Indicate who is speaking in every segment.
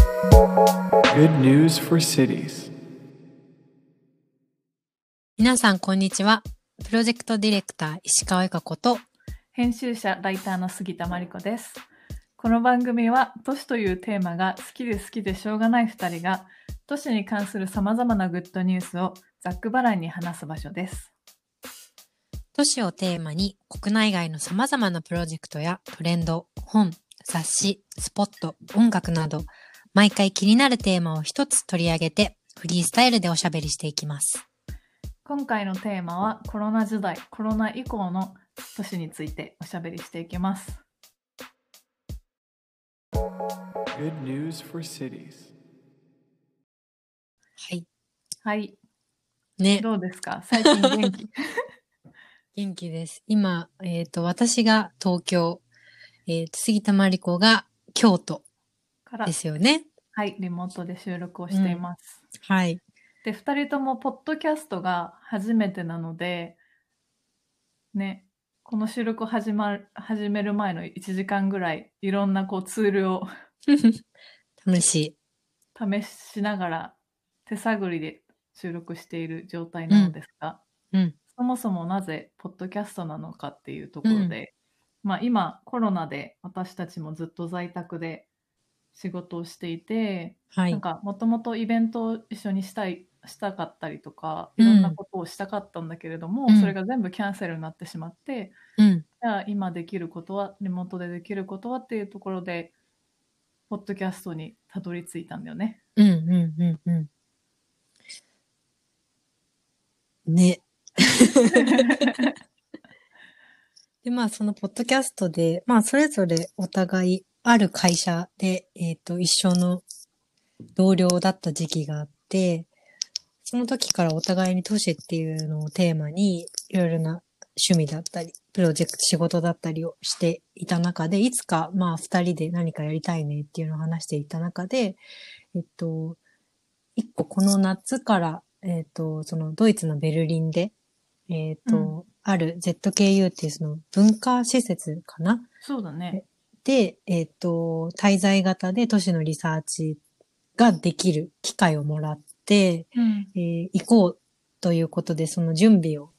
Speaker 1: Good news for cities.
Speaker 2: 皆さん、こんにちは。プロジェクトディレクター、石川由香子と、
Speaker 3: 編集者ライターの杉田真理子ですこの番組は都市というテーマが好きで好きでしょうがない2人が都市に関するさまざまなグッドニュースをざっくばらんに話す場所です
Speaker 2: 都市をテーマに、国内外の様々なプロジェクトやトレンド、本、雑誌、スポット、音楽など、毎回気になるテーマを一つ取り上げて、フリースタイルでおしゃべりしていきます。
Speaker 3: 今回のテーマはコロナ時代コロナ以降の都市についておしゃべりしていきます
Speaker 1: Good news for cities.
Speaker 2: はい。
Speaker 3: はい
Speaker 2: ね、
Speaker 3: どうですか最近元 気
Speaker 2: 元気です。今、えっ、と、私が東京、えっ、と、杉田真理子が京都
Speaker 3: から
Speaker 2: ですよね。
Speaker 3: はいリモートで収録をしています、
Speaker 2: はい。
Speaker 3: で2人ともポッドキャストが初めてなのでねこの収録を始,、ま、始める前の1時間ぐらいいろんなこうツールを
Speaker 2: 楽しい。
Speaker 3: 試しながら手探りで収録している状態なのですが、
Speaker 2: うん。
Speaker 3: そもそもなぜポッドキャストなのかっていうところで、まあ、今コロナで私たちもずっと在宅で仕事をしていて、
Speaker 2: は
Speaker 3: なん
Speaker 2: い。
Speaker 3: かもともとイベントを一緒にしたいしたかったりとか
Speaker 2: う
Speaker 3: い
Speaker 2: ん
Speaker 3: ろんなことをしたかったんだけれども、
Speaker 2: うん
Speaker 3: それが全部キャンセルになってしまって、
Speaker 2: うん。
Speaker 3: じゃあ今できることはリモートでできることはっていうところでポッドキャストにたどり着いたんだよね。
Speaker 2: うんうんうんうん。ね。 で、まあ、そのポッドキャストで、まあ、それぞれお互いある会社で、えっ、と、一緒の同僚だった時期があって、その時からお互いに都市っていうのをテーマに、いろいろな趣味だったり、プロジェクト、仕事だったりをしていた中で、いつか、まあ、二人で何かやりたいねっていうのを話していた中で、えっと、一個この夏から、えっと、そのドイツのベルリンで、えっと、
Speaker 3: う
Speaker 2: ある ZKU っていうその文化施設かな
Speaker 3: そうだね。
Speaker 2: で、えっと、滞在型で都市のリサーチができる機会をもらって、
Speaker 3: うん、
Speaker 2: えー行こうということで、その準備を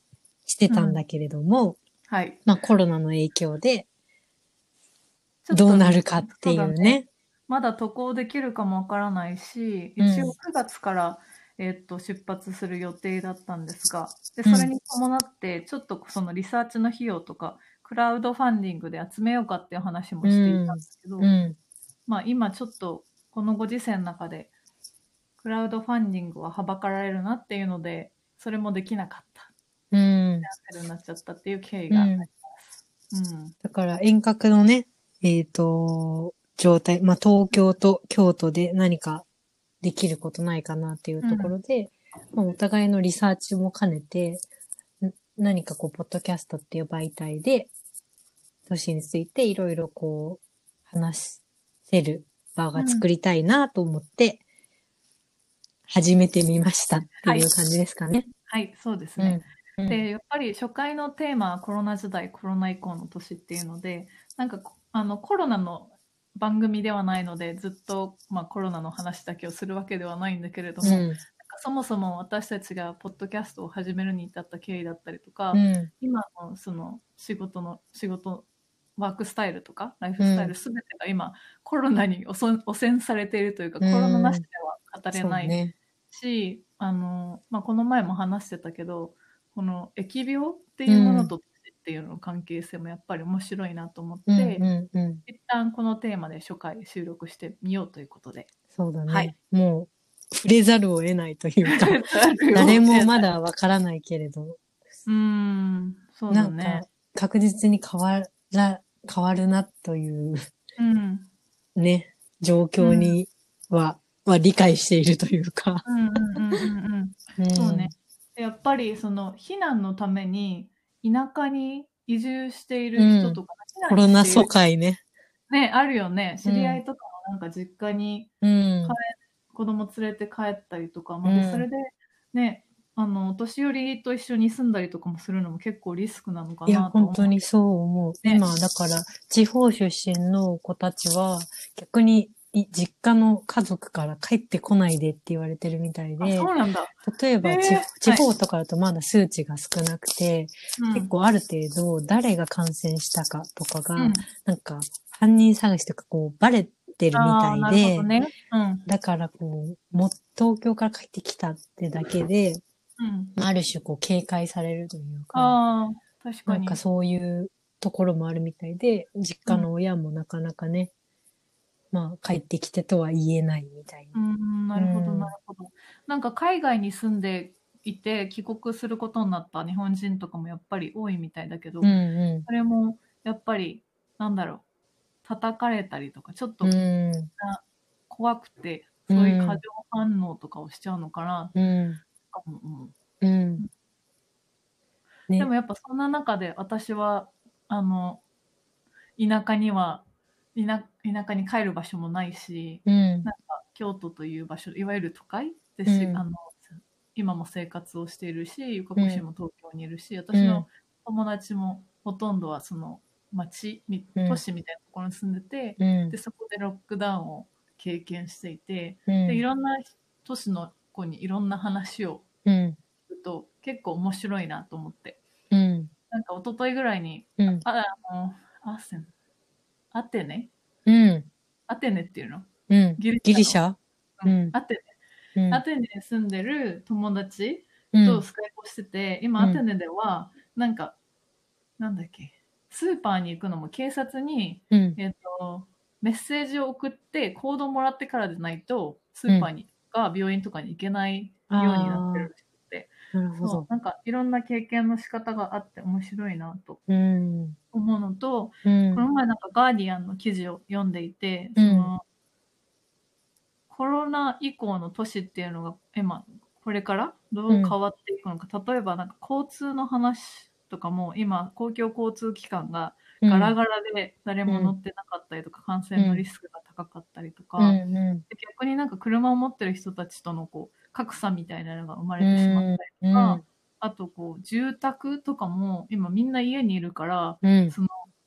Speaker 2: してたんだけれども、
Speaker 3: はい。
Speaker 2: まあコロナの影響で
Speaker 3: ちょっと
Speaker 2: どうなるかってい
Speaker 3: そうだ
Speaker 2: ね。
Speaker 3: まだ渡航できるかもわからないし、
Speaker 2: うん
Speaker 3: 一応9月から、えーっと出発する予定だったんですが、で
Speaker 2: うん
Speaker 3: それに伴って、ちょっとそのリサーチの費用とか、クラウドファンディングで集めようかっていう話もしていたんですけど、
Speaker 2: うん。
Speaker 3: まあ、今ちょっとこのご時世の中で、クラウドファンディングははばかられるなっていうので、それもできなかった、
Speaker 2: うん。
Speaker 3: キャンセルになっちゃったっていう経緯があります。うん
Speaker 2: だから遠隔のね、えっ、と、状態、まあ、東京と京都で何かできることないかなっていうところで、まあ、お互いのリサーチも兼ねて、ん何かこう、ポッドキャストっていう媒体で、都市についていろいろこう、話せる場が作りたいなと思って、始めてみましたっていう感じですかね。
Speaker 3: はい、そうです
Speaker 2: う
Speaker 3: ね。
Speaker 2: んうん
Speaker 3: でやっぱり初回のテーマはコロナ時代コロナ以降の年っていうのでなんかこあのコロナの番組ではないのでずっと、まあ、コロナの話だけをするわけではないんだけれども、
Speaker 2: う
Speaker 3: なんか
Speaker 2: ん。
Speaker 3: そもそも私たちがポッドキャストを始めるに至った経緯だったりとか、
Speaker 2: うん。
Speaker 3: 今のその仕事の仕事ワークスタイルとかライフスタイ
Speaker 2: うん
Speaker 3: ル全てが今、コロナに汚染汚染されているというか、
Speaker 2: うん
Speaker 3: コロナなしでは語れ
Speaker 2: そう
Speaker 3: ない
Speaker 2: ね。
Speaker 3: し、あの、まあ、この前も話してたけど、この疫病っていうものとっていうのの関係性もやっぱり面白いなと思って、
Speaker 2: うんうんうん。
Speaker 3: 一旦このテーマで初回収録してみようということで。
Speaker 2: そうだね。
Speaker 3: はい
Speaker 2: もう、触れざるを得ないという か、 誰もまだわからないけれど、
Speaker 3: うん、そう
Speaker 2: な
Speaker 3: だ
Speaker 2: んか
Speaker 3: ね。
Speaker 2: 確実に変わら、変わるなという
Speaker 3: うん、
Speaker 2: ね、状況には、は理解しているというか。
Speaker 3: うん、うん、うん、うんうん。そうね。やっぱりその避難のために田舎に移住している人とか、
Speaker 2: うん。
Speaker 3: 避
Speaker 2: コロナ
Speaker 3: 難してい
Speaker 2: 疎
Speaker 3: る
Speaker 2: 開ね。
Speaker 3: ね、あるよね。
Speaker 2: う
Speaker 3: 知
Speaker 2: ん
Speaker 3: り合いとかもなんか実家に
Speaker 2: うん
Speaker 3: は。子供連れて帰ったりとかも、で
Speaker 2: うん
Speaker 3: それでねあのお年寄りと一緒に住んだりとかもするのも結構リスクなのか
Speaker 2: い
Speaker 3: な
Speaker 2: や、
Speaker 3: と思う
Speaker 2: 本当にそう思う。
Speaker 3: ね
Speaker 2: 今、だから、地方出身の子たちは、逆に、い実家の家族から帰ってこないでって言われてるみたい
Speaker 3: あ
Speaker 2: で、
Speaker 3: そうなんだ、
Speaker 2: 例えば
Speaker 3: えー
Speaker 2: 地,、
Speaker 3: はい
Speaker 2: 地方とかだとまだ数値が少なくて、
Speaker 3: うん、
Speaker 2: 結構ある程度誰が感染したかとかが、
Speaker 3: うん
Speaker 2: なんか犯人探しとかこうバレてる
Speaker 3: あー
Speaker 2: み
Speaker 3: な
Speaker 2: た
Speaker 3: る
Speaker 2: い
Speaker 3: ほ
Speaker 2: で、
Speaker 3: どねうん
Speaker 2: だからこう、もう東京から帰ってきたってだけで、
Speaker 3: うん
Speaker 2: ある種こう警戒されるというか、
Speaker 3: ああ確か
Speaker 2: なん
Speaker 3: に
Speaker 2: かそういうところもあるみたいで、実家の親もなかなかね、まあ帰ってきてとは言えないみたいな。
Speaker 3: うんなるほど
Speaker 2: うん
Speaker 3: なるほど、なんか海外に住んでいて帰国することになった日本人とかもやっぱり多いみたいだけど、
Speaker 2: うんう
Speaker 3: それもやっぱりなんだろう叩かれたりとかちょっと
Speaker 2: ん。う
Speaker 3: 怖くて、そういう過剰反応とかをしちゃうのかな、
Speaker 2: ん。うん。
Speaker 3: とかも思う
Speaker 2: うん。ね
Speaker 3: でもやっぱそんな中で私はあの田舎には田田舎に帰る場所もないし
Speaker 2: うん。
Speaker 3: 京都という場所いわゆる都会ですし、
Speaker 2: うん
Speaker 3: あの今も生活をしているしゆかこしも東京にいるし、私
Speaker 2: うん
Speaker 3: の友達もほとんどはその町み
Speaker 2: うん
Speaker 3: 都市みたいなところに住んでて、
Speaker 2: うん
Speaker 3: で。そこでロックダウンを経験していて、
Speaker 2: うん
Speaker 3: でいろんな都市の子にいろんな話を
Speaker 2: うん。
Speaker 3: 聞くと結構面白いなと思って
Speaker 2: うん。
Speaker 3: なんか一昨日ぐらいに
Speaker 2: うん。
Speaker 3: ああのアセンアテネ
Speaker 2: うん。
Speaker 3: アテネっていうの
Speaker 2: うん。
Speaker 3: ギリ
Speaker 2: ギリシャ
Speaker 3: の
Speaker 2: うん
Speaker 3: アテ
Speaker 2: うん
Speaker 3: ネアテネに住んでる友達
Speaker 2: うん
Speaker 3: とスカイプをしてて、今
Speaker 2: うん
Speaker 3: アテネではなんか、なんだっけスーパーに行くのも警察に、
Speaker 2: うん。
Speaker 3: えっとメッセージを送ってコードもらってからでないとスーパーにとか病院とかに行けないようになってるらしくて
Speaker 2: なるほ
Speaker 3: そう
Speaker 2: ど。
Speaker 3: なんかいろんな経験の仕方があって面白いなと
Speaker 2: うん。
Speaker 3: 思うのと、
Speaker 2: うん
Speaker 3: こ。の前なんかガーディアンの記事を読んでいて、
Speaker 2: うん
Speaker 3: そのコロナ以降の都市っていうのが今これからどう変わっていくのか、例えばなんか交通の話とかも今公共交通機関がガラガラで誰も乗ってなかったりとか、感染のリスクが高かったりとか、
Speaker 2: うん
Speaker 3: で
Speaker 2: う
Speaker 3: 逆になんか車を持ってる人たちとのこう格差みたいなのが生ま
Speaker 2: ん。
Speaker 3: れてしまったり
Speaker 2: う
Speaker 3: とか、
Speaker 2: ん。
Speaker 3: あとこう住宅とかも今みんな家にいるから
Speaker 2: うん。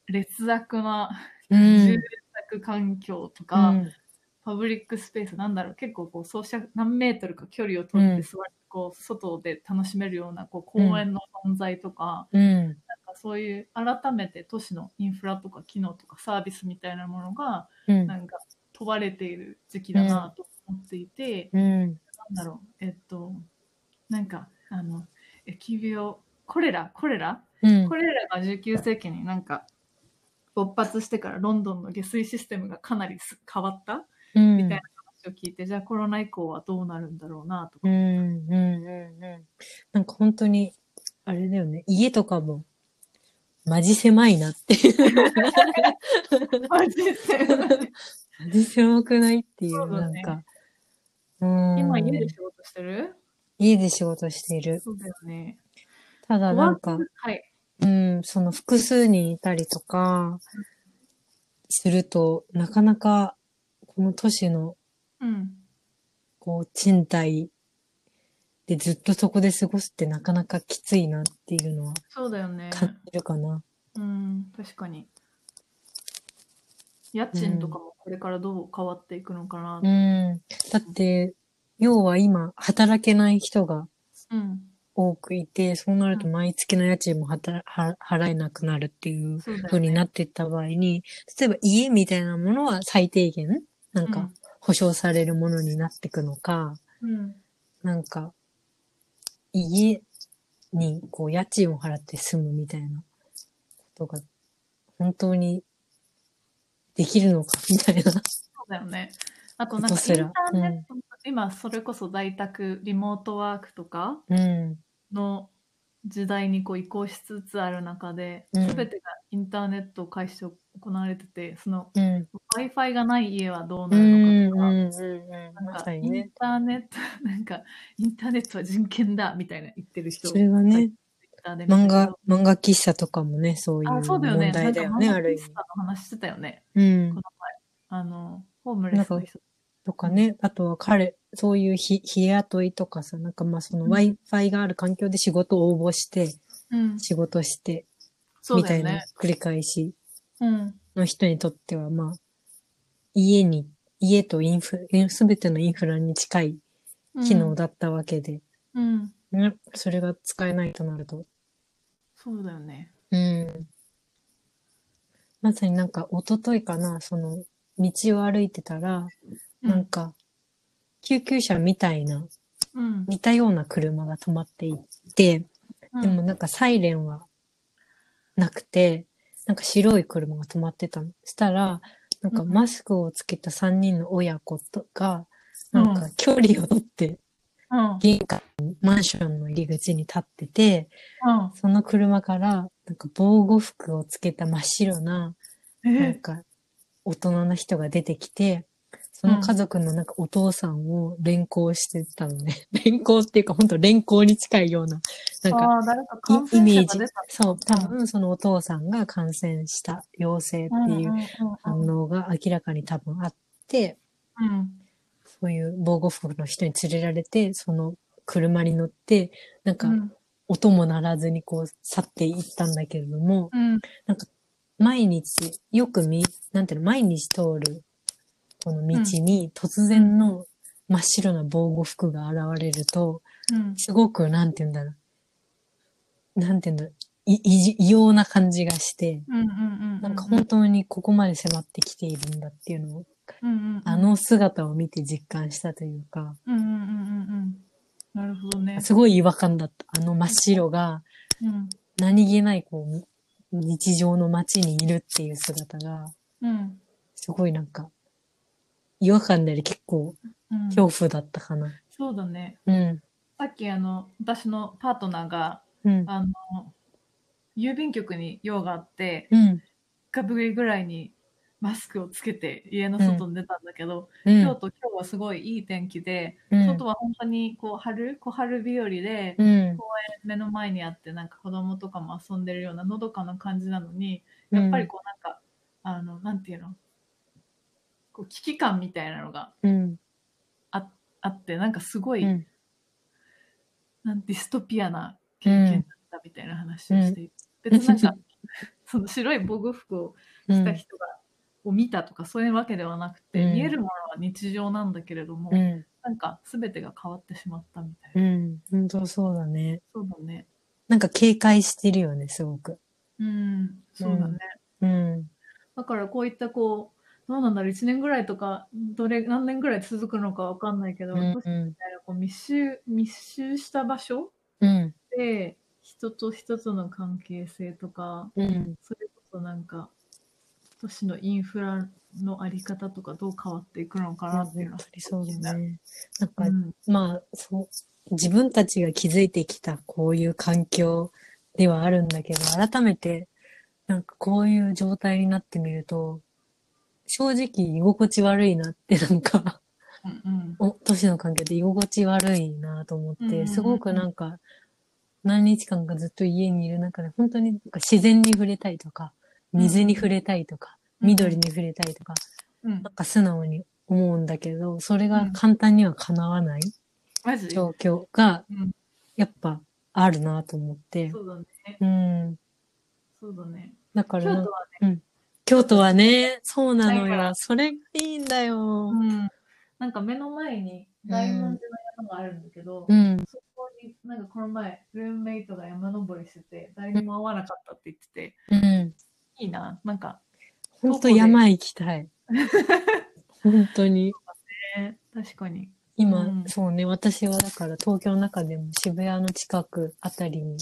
Speaker 3: 劣悪な
Speaker 2: うん
Speaker 3: 住宅環境とか、パブリックスペースなんだろう結構こうソーシャル何メートルか距離を取って座って、こう外で楽しめるようなこう公園の存在とか,、
Speaker 2: うん。
Speaker 3: なんかそういう改めて都市のインフラとか機能とかサービスみたいなものが
Speaker 2: うん。
Speaker 3: なんか問われている時期だなと思っていて、
Speaker 2: うん。
Speaker 3: なんだろうえっとなんかあの疫病コレラコレラ
Speaker 2: うん
Speaker 3: こ。れらが19世紀になんか勃発してからロンドンの下水システムがかなりす変わった
Speaker 2: うん。
Speaker 3: みたいな話を聞いて、じゃあコロナ以降はどうなるんだろうなと
Speaker 2: う
Speaker 3: か。
Speaker 2: んうんうんうん。なんか本当に、あれだよね、家とかも、マジ狭いなって。
Speaker 3: マジで
Speaker 2: マジ狭くないってい、
Speaker 3: そううだ
Speaker 2: なん
Speaker 3: ね
Speaker 2: か。うん
Speaker 3: 今家で仕事してる
Speaker 2: 家で仕事している。
Speaker 3: そうだよね。
Speaker 2: ただなんか、
Speaker 3: はい。
Speaker 2: うん、その複数人いたりとか、すると、なかなか、この都市の、
Speaker 3: うん。
Speaker 2: こう、賃貸でずっとそこで過ごすってなかなかきついなっていうのは
Speaker 3: そうだよね。
Speaker 2: 感じるかな。
Speaker 3: うん、確かに。家賃とかもこれからどう変わっていくのかな
Speaker 2: う。ん。だって、要は今、働けない人が
Speaker 3: うん。
Speaker 2: 多くいて、そうなると
Speaker 3: う
Speaker 2: 毎月の家賃もはたは払えなくなるっていう
Speaker 3: そうだよね。
Speaker 2: 風になっていった場合に、例えば家みたいなものは最低限、なんか保証されるものになっていくのか、
Speaker 3: うん。うん。
Speaker 2: なんか、家にこう家賃を払って住むみたいなことが、本当にできるのかみたいな。
Speaker 3: そうだよね。あとなんか
Speaker 2: こと
Speaker 3: イ
Speaker 2: す
Speaker 3: ン
Speaker 2: ら
Speaker 3: ターネット、今それこそ在宅リモートワークとか
Speaker 2: うん。
Speaker 3: の時代にこう移行しつつある中で、
Speaker 2: うん
Speaker 3: 全てがインターネットを介して行われててその
Speaker 2: うん。
Speaker 3: w i f i がない家はどう
Speaker 2: う
Speaker 3: なる
Speaker 2: ん
Speaker 3: の
Speaker 2: う
Speaker 3: かとか。
Speaker 2: んうんうん。
Speaker 3: なん
Speaker 2: ま
Speaker 3: か
Speaker 2: さ
Speaker 3: イ
Speaker 2: にね
Speaker 3: ン。ターネット、なん か、インターネットは人権だみたいな言ってる人、
Speaker 2: それがね、
Speaker 3: Twitter で見た
Speaker 2: 漫
Speaker 3: けど
Speaker 2: 画、漫画喫茶とかもね、そういう
Speaker 3: あ、そう
Speaker 2: 問
Speaker 3: だよね。
Speaker 2: 題だよね、
Speaker 3: なんか
Speaker 2: ある意
Speaker 3: 漫画喫茶の話してたよね。
Speaker 2: 味。うん
Speaker 3: こ。の前、あの、ホームレスの人
Speaker 2: とかね、あとは彼、そういうひ日雇いとかさ、なんかまあその Wi-Fi がある環境で仕事を応募して、
Speaker 3: うん、
Speaker 2: 仕事して、
Speaker 3: そう
Speaker 2: み
Speaker 3: だ
Speaker 2: た
Speaker 3: よ
Speaker 2: いな
Speaker 3: ね。
Speaker 2: 繰り返し
Speaker 3: うん、
Speaker 2: の人にとっては、まあ、家に、家とインフ、すべてのインフラに近い機能
Speaker 3: だ。
Speaker 2: だったわけで、
Speaker 3: うん、
Speaker 2: ね、それが使えないとなると、
Speaker 3: そうだよね。
Speaker 2: うん。まさになんか、一昨日かな、その、道を歩いてたら、
Speaker 3: う
Speaker 2: なんか、救急車みたいな、
Speaker 3: うん、
Speaker 2: 似たような車が止まっていて、
Speaker 3: うん
Speaker 2: でもなんかサイレンはなくて、なんか白い車が止まってたの。したら、なんか
Speaker 3: うん
Speaker 2: マスクをつけた3人の親子とか、なん
Speaker 3: う
Speaker 2: か距離を取って、
Speaker 3: うん、
Speaker 2: 玄関、マンションの入り口に立ってて、その車から、なんか防護服をつけた真っ白な、
Speaker 3: うん、
Speaker 2: なん
Speaker 3: え、
Speaker 2: か、大人の人が出てきて、その家族のなんかお父さんを連行してたのね。 連行っていうか、本当連行に近いような、なんか、
Speaker 3: ああ、誰か感
Speaker 2: いイメー
Speaker 3: 染者が
Speaker 2: ジ
Speaker 3: 出た。。
Speaker 2: そう、多分そのお父さんが感染した陽性ってい
Speaker 3: うん
Speaker 2: う反
Speaker 3: うん
Speaker 2: 応が明らかに多分あって、
Speaker 3: うん
Speaker 2: そういう防護服の人に連れられて、その車に乗って、なん
Speaker 3: う
Speaker 2: か
Speaker 3: ん
Speaker 2: 音も鳴らずにこう去っていったんだけれども、
Speaker 3: うん
Speaker 2: 毎日、よくみ、なんていうの、毎日通る、この道に突然の真っ白な防護服が現れると、
Speaker 3: うん
Speaker 2: すごく、なんて言うんだろう。なんて言うんだろう。い、異異様な感じがして、
Speaker 3: うんうん
Speaker 2: なんか本当にここまで迫ってきているんだっていうのを、
Speaker 3: うんうん
Speaker 2: あの姿を見て実感したというか、
Speaker 3: うんうんうんうんうんなるほどね。
Speaker 2: すごい違和感だった。あの真っ白が、
Speaker 3: うん
Speaker 2: 何気ないこう、日常の街にいるっていう姿が、
Speaker 3: うん
Speaker 2: すごいなんか、違和感であり結構
Speaker 3: うん
Speaker 2: 恐怖だったかな。
Speaker 3: そうだね。
Speaker 2: うん。
Speaker 3: さっきあの私のパートナーが
Speaker 2: うん。
Speaker 3: あの郵便局に用があって
Speaker 2: うん。
Speaker 3: 3日ぶりぐらいにマスクをつけて家の外に出たんだけど、
Speaker 2: うん。
Speaker 3: 今日と今日はすごいいい天気で、
Speaker 2: うん
Speaker 3: 外は本当にこう春小春日和で、
Speaker 2: うん。
Speaker 3: 目の前にあってなんか子供とかも遊んでるようなのどかな感じなのに、やっぱりこうなんか、あの、なんていうのこう危機感みたいなのが
Speaker 2: うん。
Speaker 3: ああって、なんかすごい、
Speaker 2: うん。
Speaker 3: なんディストピアな経験だったみたいな話をしてい
Speaker 2: う
Speaker 3: て、
Speaker 2: ん
Speaker 3: 別になん か、その白い防護服を
Speaker 2: う
Speaker 3: 着
Speaker 2: ん
Speaker 3: た人が、を見たとかそういうわけではなくて、
Speaker 2: うん
Speaker 3: 見えるものは日常なんだけれども、
Speaker 2: うん。
Speaker 3: なんか全てが変わってしまったみたいな。
Speaker 2: うん。本当そうだね。
Speaker 3: そうだね。
Speaker 2: なんか警戒してるよね、すごく。
Speaker 3: うん、そうだね。
Speaker 2: うん。
Speaker 3: だからこういったこう、どうなんだろう、1年ぐらいとか、どれ、何年ぐらい続くのかわかんないけど、
Speaker 2: うん
Speaker 3: 都市みたいなこう密集、密集した場所
Speaker 2: うん。
Speaker 3: で、人と人との関係性とか、
Speaker 2: うん。
Speaker 3: それこそなんか、都市のインフラのあり方とかどう変わっていくのかな
Speaker 2: 本
Speaker 3: っていうのは
Speaker 2: 当にそうだ。ね。なんか
Speaker 3: う、ん、
Speaker 2: まあ、そう、自分たちが築いてきたこういう環境ではあるんだけど、改めて、なんかこういう状態になってみると、正直居心地悪いなって、なんか、
Speaker 3: うん、
Speaker 2: お、都市の環境で居心地悪いなと思
Speaker 3: う
Speaker 2: っ
Speaker 3: んうんう
Speaker 2: て、
Speaker 3: ん
Speaker 2: すごくなんか、何日間かずっと家にいる中で、本当になんか自然に触れたいとか、水に触れたいとか、
Speaker 3: うん
Speaker 2: 緑に触れたいとか、
Speaker 3: うん
Speaker 2: な。んか素直に思うんだけど、それが簡単には叶わない。
Speaker 3: マジそ
Speaker 2: 状況が
Speaker 3: うん、
Speaker 2: やっぱあるなと思って。
Speaker 3: うだね。
Speaker 2: うん。
Speaker 3: そうだね。
Speaker 2: だか
Speaker 3: 京
Speaker 2: ら
Speaker 3: 都は
Speaker 2: な
Speaker 3: ね、、
Speaker 2: 京都はね、そうなの
Speaker 3: ないか
Speaker 2: よ。
Speaker 3: ら
Speaker 2: それがいいんだよ。
Speaker 3: うん、なんか目の前に大文字の山があるんだけど、
Speaker 2: うん。
Speaker 3: そこに、なんかこの前、ルームメイトが山登りしてて、誰にも会わなかったって言ってて、
Speaker 2: うん。
Speaker 3: いいな、なんか、
Speaker 2: ほんと山行きたい。本当に。
Speaker 3: ね、確かに。
Speaker 2: 今、
Speaker 3: うん
Speaker 2: そうね、私はだから東京の中でも渋谷の近くあたりに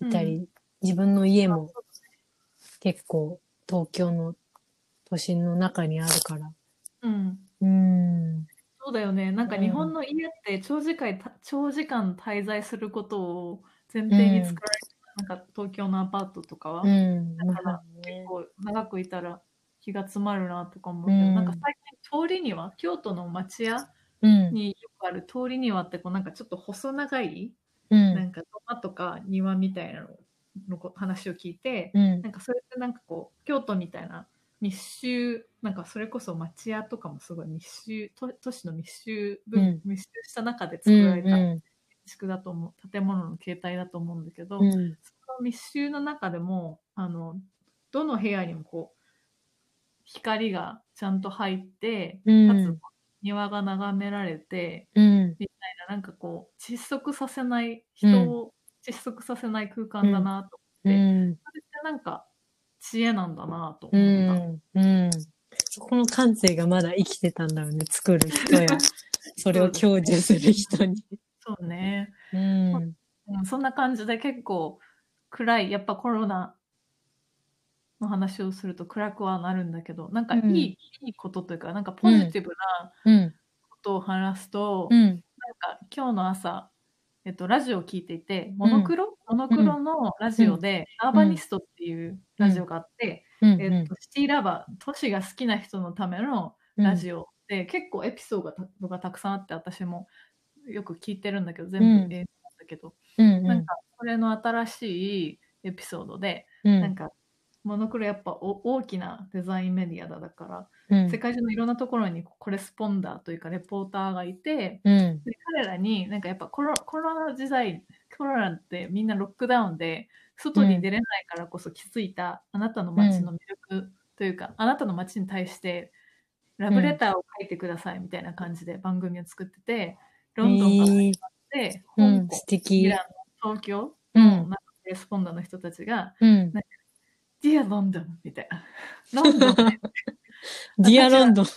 Speaker 2: いたり、
Speaker 3: う
Speaker 2: 自分の家も結構東京の都心の中にあるから。
Speaker 3: うん。
Speaker 2: うん。
Speaker 3: そうだよね、なんか日本の家って長時間た、長時間滞在することを前提に作られてる、なんか東京のアパートとかは、
Speaker 2: うん。
Speaker 3: だから
Speaker 2: まあね
Speaker 3: こう長くいたら気が詰まるなとか思うけど、
Speaker 2: うん
Speaker 3: なんか最近通りには、京都の町屋
Speaker 2: うん。
Speaker 3: によくある通りにはって、こうなんかちょっと細長い、
Speaker 2: うん
Speaker 3: なんか土間とか庭みたいなののこ話を聞いて、
Speaker 2: うん
Speaker 3: なんかそれってなんかこう京都みたいな密集なんかそれこそ町屋とかもすごい密集都都市の密集分、密集した中で作られた
Speaker 2: うん
Speaker 3: 建築だと思う建物の形態だと思うんだけど、
Speaker 2: うんうん
Speaker 3: その密集の中でもあのどの部屋にもこう光がちゃんと入って
Speaker 2: うん
Speaker 3: かつ庭が眺められて、
Speaker 2: うん
Speaker 3: なんかこう窒息させない人を窒息させない空間だなと、
Speaker 2: うん
Speaker 3: それってなんか知恵なんだなと
Speaker 2: う
Speaker 3: 思った、
Speaker 2: んうんそこの感性がまだ生きてたんだろうね作る人やそれを享受する人に。
Speaker 3: そうね
Speaker 2: うん
Speaker 3: うん、そんな感じで結構暗い、やっぱコロナの話をすると暗くはなるんだけど、なんかいい,、
Speaker 2: うん
Speaker 3: いいことというか、なんかポジティブな
Speaker 2: うん
Speaker 3: ことを話すと、
Speaker 2: う
Speaker 3: なん
Speaker 2: ん
Speaker 3: か今日の朝、えっと、ラジオを聞いていて、モノクロ、モノクロのラジオで、アーバニストっていうラジオがあって、
Speaker 2: うん
Speaker 3: えっと、シティラバー、都市が好きな人のためのラジオで、結構エピソードがたくさんあって、私もよく聞いてるんだけど、全
Speaker 2: うん
Speaker 3: 部英語なんだけど、
Speaker 2: うん
Speaker 3: なんかそれの新しいエピソードで、
Speaker 2: うん
Speaker 3: なんかモノクロやっぱお大きなデザインメディアだだから、
Speaker 2: うん
Speaker 3: 世界中のいろんなところにコレスポンダーというかレポーターがいて
Speaker 2: うん
Speaker 3: で彼らになんかやっぱコロコロナ時代コロナってみんなロックダウンで外に出れないからこそ気づいたあなたの街の魅力というか、あなたの街に対してラブレターを書いてくださいみたいな感じで番組を作ってて、ロンドンから
Speaker 2: えー
Speaker 3: で、
Speaker 2: う
Speaker 3: 香
Speaker 2: ん
Speaker 3: 港
Speaker 2: 素
Speaker 3: イ
Speaker 2: 敵
Speaker 3: ランの東京
Speaker 2: う
Speaker 3: のなん
Speaker 2: ん
Speaker 3: かレスポンダーの人たちが
Speaker 2: うん
Speaker 3: 「Dear London」みたいな「ロンドン
Speaker 2: ディアロンドン
Speaker 3: で」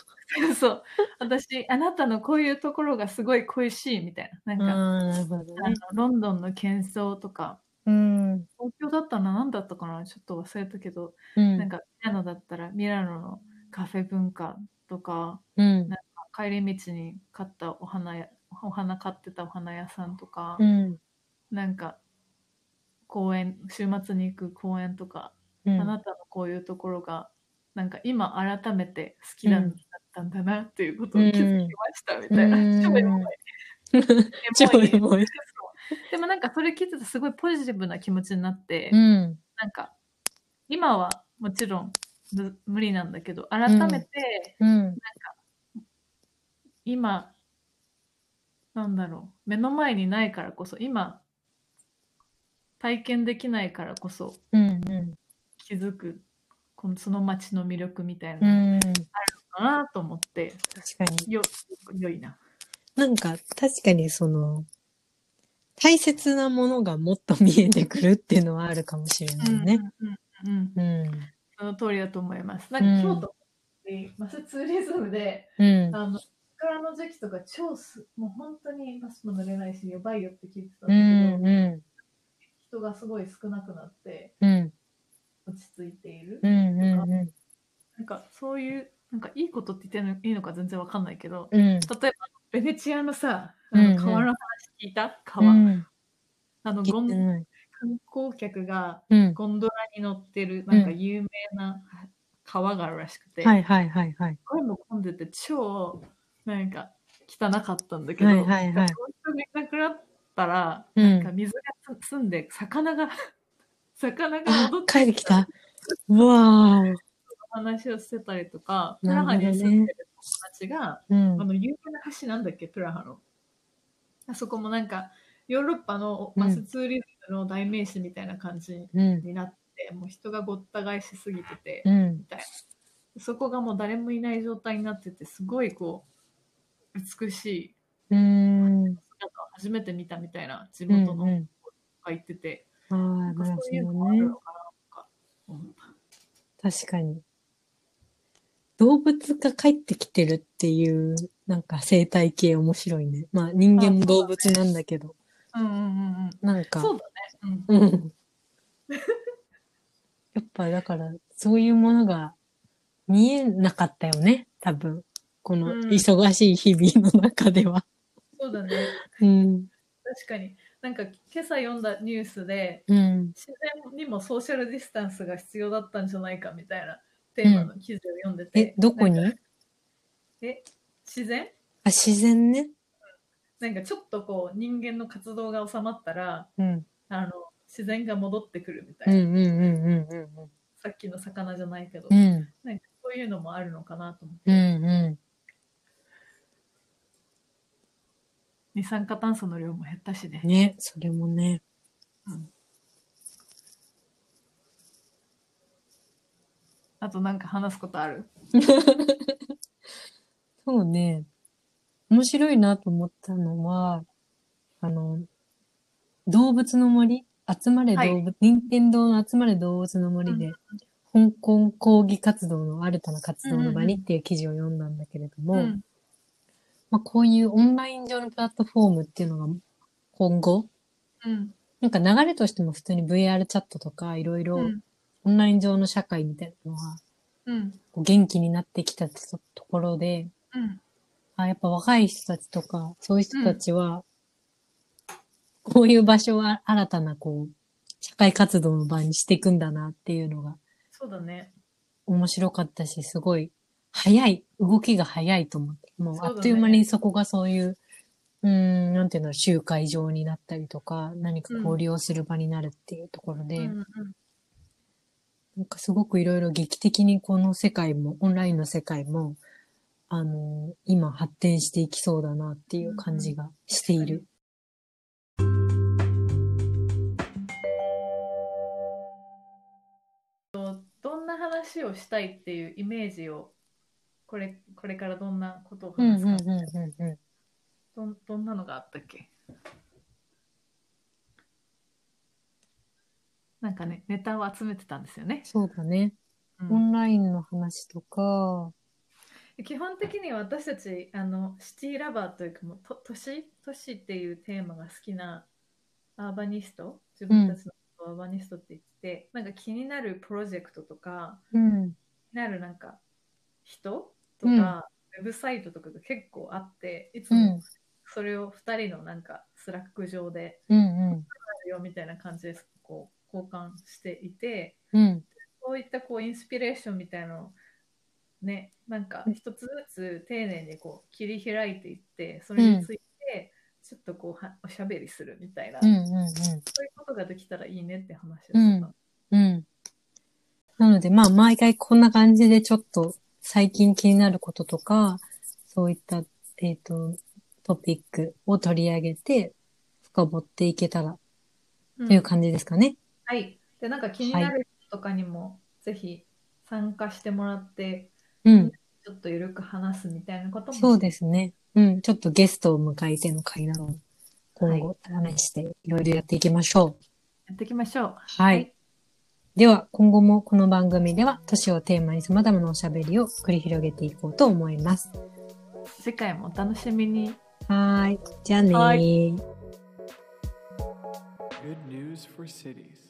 Speaker 3: そう私あなたのこういうところがすごい恋しいみたいななんか、
Speaker 2: あーなるほど
Speaker 3: あ
Speaker 2: ね
Speaker 3: のロンドンの喧騒とか
Speaker 2: うん
Speaker 3: 東京だったら何だったかなちょっと忘れたけど、
Speaker 2: うん
Speaker 3: なんかミラノだったらミラノのカフェ文化とか
Speaker 2: うん
Speaker 3: 帰り道に買ったお花やお花買ってたお花屋さんとか、
Speaker 2: うん
Speaker 3: なんか公園週末に行く公園とか
Speaker 2: うん
Speaker 3: あなたのこういうところがなんか今改めて好きなんだったんだなっていうことを気づきましたみたいな、
Speaker 2: うん
Speaker 3: 超エモい
Speaker 2: 超エモい
Speaker 3: そうでもなんかそれ聞いててすごいポジティブな気持ちになって、
Speaker 2: うん
Speaker 3: なんか今はもちろんむ無理なんだけど改めて
Speaker 2: うん
Speaker 3: 今、なんだろう目の前にないからこそ今体験できないからこそ
Speaker 2: うんうん
Speaker 3: 気づくこのその街の魅力みたいな
Speaker 2: う
Speaker 3: の
Speaker 2: ん
Speaker 3: かなと思って、
Speaker 2: 確かに
Speaker 3: よ、良いな。
Speaker 2: なんか、確かにその、大切なものがもっと見えてくるっていうのはあるかもしれないね。
Speaker 3: うんうんうん、
Speaker 2: うん。
Speaker 3: その通りだと思います。な
Speaker 2: うん
Speaker 3: んか京都にマスツーリズムで、
Speaker 2: うん。
Speaker 3: あの桜の時期とか超す、もう本当にバスも乗れないし、やばいよって聞いてたんだ
Speaker 2: う
Speaker 3: けど、
Speaker 2: ん。うん。
Speaker 3: 人がすごい少なくなって
Speaker 2: うん。
Speaker 3: 落ち着いている。
Speaker 2: うん。うん。
Speaker 3: なんかそういうなんかいいことって言ってんのいいのか全然わかんないけど、
Speaker 2: うん。
Speaker 3: 例えばベネチアのさ、
Speaker 2: う
Speaker 3: あ
Speaker 2: んう
Speaker 3: の
Speaker 2: ん
Speaker 3: 川の話聞いた川、
Speaker 2: うん。
Speaker 3: あの
Speaker 2: 聞
Speaker 3: ゴ
Speaker 2: いて
Speaker 3: ン
Speaker 2: ない
Speaker 3: 観光客が
Speaker 2: うん。
Speaker 3: ゴンドラに乗ってるなんか有名な川があるらしくて、こ
Speaker 2: は
Speaker 3: れ
Speaker 2: いはいはいはい。
Speaker 3: も混んでて超なんか汚かったんだけど、
Speaker 2: はいはいはい
Speaker 3: 本当になくなったら
Speaker 2: う
Speaker 3: なんか
Speaker 2: ん。
Speaker 3: 水がつ澄んで魚が 魚が
Speaker 2: あ
Speaker 3: 戻っ、て
Speaker 2: 帰ってきた。うわー。
Speaker 3: 話をしてたりとか、プ
Speaker 2: な
Speaker 3: ラ
Speaker 2: るほ
Speaker 3: ハ
Speaker 2: どね
Speaker 3: に住んでる友達が、
Speaker 2: う
Speaker 3: あ
Speaker 2: ん。
Speaker 3: の有名な橋なんだっけプラハのあそこもなんかヨーロッパのバスツーリズムの代名詞みたいな感じ
Speaker 2: うん。
Speaker 3: になって、もう人がごった返しすぎてて、
Speaker 2: うん。
Speaker 3: そこがもう誰もいない状態になっててすごいこう美しい
Speaker 2: うん。
Speaker 3: 姿を初めて見たみたいな地
Speaker 2: う
Speaker 3: 元の子
Speaker 2: ん。
Speaker 3: が言ってて、
Speaker 2: ああ、な
Speaker 3: な
Speaker 2: る
Speaker 3: んかそういうの
Speaker 2: ほ
Speaker 3: も
Speaker 2: ど
Speaker 3: ある
Speaker 2: ね
Speaker 3: の。かなとか思った、
Speaker 2: 確かに。動物が帰ってきてるっていう、なんか生態系面白いね。まあ人間も動物なんだけど、
Speaker 3: うんうんうんうん、
Speaker 2: なんか、
Speaker 3: そうだね、うん、
Speaker 2: うん。やっぱだから、そういうものが見えなかったよね、多分。この
Speaker 3: うん
Speaker 2: 忙しい日々の中では。
Speaker 3: そうだね
Speaker 2: うん。
Speaker 3: 確かになんか今朝読んだニュースで
Speaker 2: うん。
Speaker 3: 自然にもソーシャルディスタンスが必要だったんじゃないかみたいなテーマの記事を読んでて、
Speaker 2: え、どこに
Speaker 3: な
Speaker 2: あ
Speaker 3: んか、え自然
Speaker 2: 自然ね。
Speaker 3: なんかちょっとこう人間の活動が収まったら
Speaker 2: うん。
Speaker 3: あの自然が戻ってくるみた
Speaker 2: う
Speaker 3: い
Speaker 2: ん
Speaker 3: な、
Speaker 2: うんうんうん
Speaker 3: さっきの魚じゃないけど、
Speaker 2: うん。うん。
Speaker 3: なんかそういうのもあるのかなと思って、
Speaker 2: うんう
Speaker 3: 二酸化炭素の量も減ったしね
Speaker 2: ん。ね、それもね。
Speaker 3: あとなんか話すことある
Speaker 2: そうね。面白いなと思ったのは、あの、動物の森集まれ動物、任天堂の集まれ動物の森で、香港抗議活動の新たな活動の場にっていう記事を読んだんだけれども、
Speaker 3: うん
Speaker 2: まあ、こういうオンライン上のプラットフォームっていうのが今後、
Speaker 3: うん
Speaker 2: なんか流れとしても普通に VR チャットとかいろいうろ
Speaker 3: ん
Speaker 2: オンライン上の社会みたいなのが
Speaker 3: うん
Speaker 2: こう元気になってきたってとところで、
Speaker 3: うん
Speaker 2: あ、やっぱ若い人たちとか、そういう人たちは、こういう場所は新たなこう、社会活動の場にしていくんだなっていうのが
Speaker 3: そうだね
Speaker 2: 面白かったし、すごい早い、動きが早いと思って、もう
Speaker 3: そうだ
Speaker 2: あ
Speaker 3: ね
Speaker 2: っという間にそこがそういう、うーん、なんていうの、集会場になったりとか、何か交流をする場になるっていうところで、
Speaker 3: うんうん
Speaker 2: なんかすごくいろいろ劇的にこの世界も、オンラインの世界も、あのー今発展していきそうだなっていう感じがしている。
Speaker 3: どんな話をしたいっていうイメージをこれこれからどんなことを話すか、
Speaker 2: んうん。
Speaker 3: どんどんなのがあったっけなんかねネタを集めてたんですよね、
Speaker 2: そうだね。
Speaker 3: うん
Speaker 2: オンラインの話とか、
Speaker 3: 基本的に私たちあのシティラバーというかもうと都市都市っていうテーマが好きなアーバニスト自分たちのことをアーバニストって言ってて、なんか気になるプロジェクトとか
Speaker 2: うん。
Speaker 3: 気になるなんか人とか、ウェブサイトとかが結構あっていつもそれを2人のなんかスラック上で
Speaker 2: うんうん。
Speaker 3: あるよみたいな感じでこう交換していて
Speaker 2: うん。
Speaker 3: そういったこうインスピレーションみたいなのをねなんか一つずつ丁寧にこう切り開いていってそれについてちょっとこうはおしゃべりするみたいな、
Speaker 2: うん
Speaker 3: そういう
Speaker 2: うん
Speaker 3: ことができたらいいねって話をしてた、うん
Speaker 2: うん。うん。なので、まあ、毎回こんな感じでちょっと最近気になることとか、そういった、えっ、と、トピックを取り上げて、深掘っていけたらという感じですかね。
Speaker 3: はいでなんか気になる人とかにもぜひ参加してもらって
Speaker 2: うん。
Speaker 3: ちょっとゆるく話すみたいなことも
Speaker 2: そうですね。うん。ちょっとゲストを迎えての会などを今後試していろいろやっていきましょう。
Speaker 3: やっていきましょう
Speaker 2: はい。
Speaker 3: はい
Speaker 2: では、今後もこの番組では、都市をテーマに様々なおしゃべりを繰り広げていこうと思います。
Speaker 3: 次回もお楽しみに
Speaker 2: はーい。じゃあねー。
Speaker 1: Good news for cities.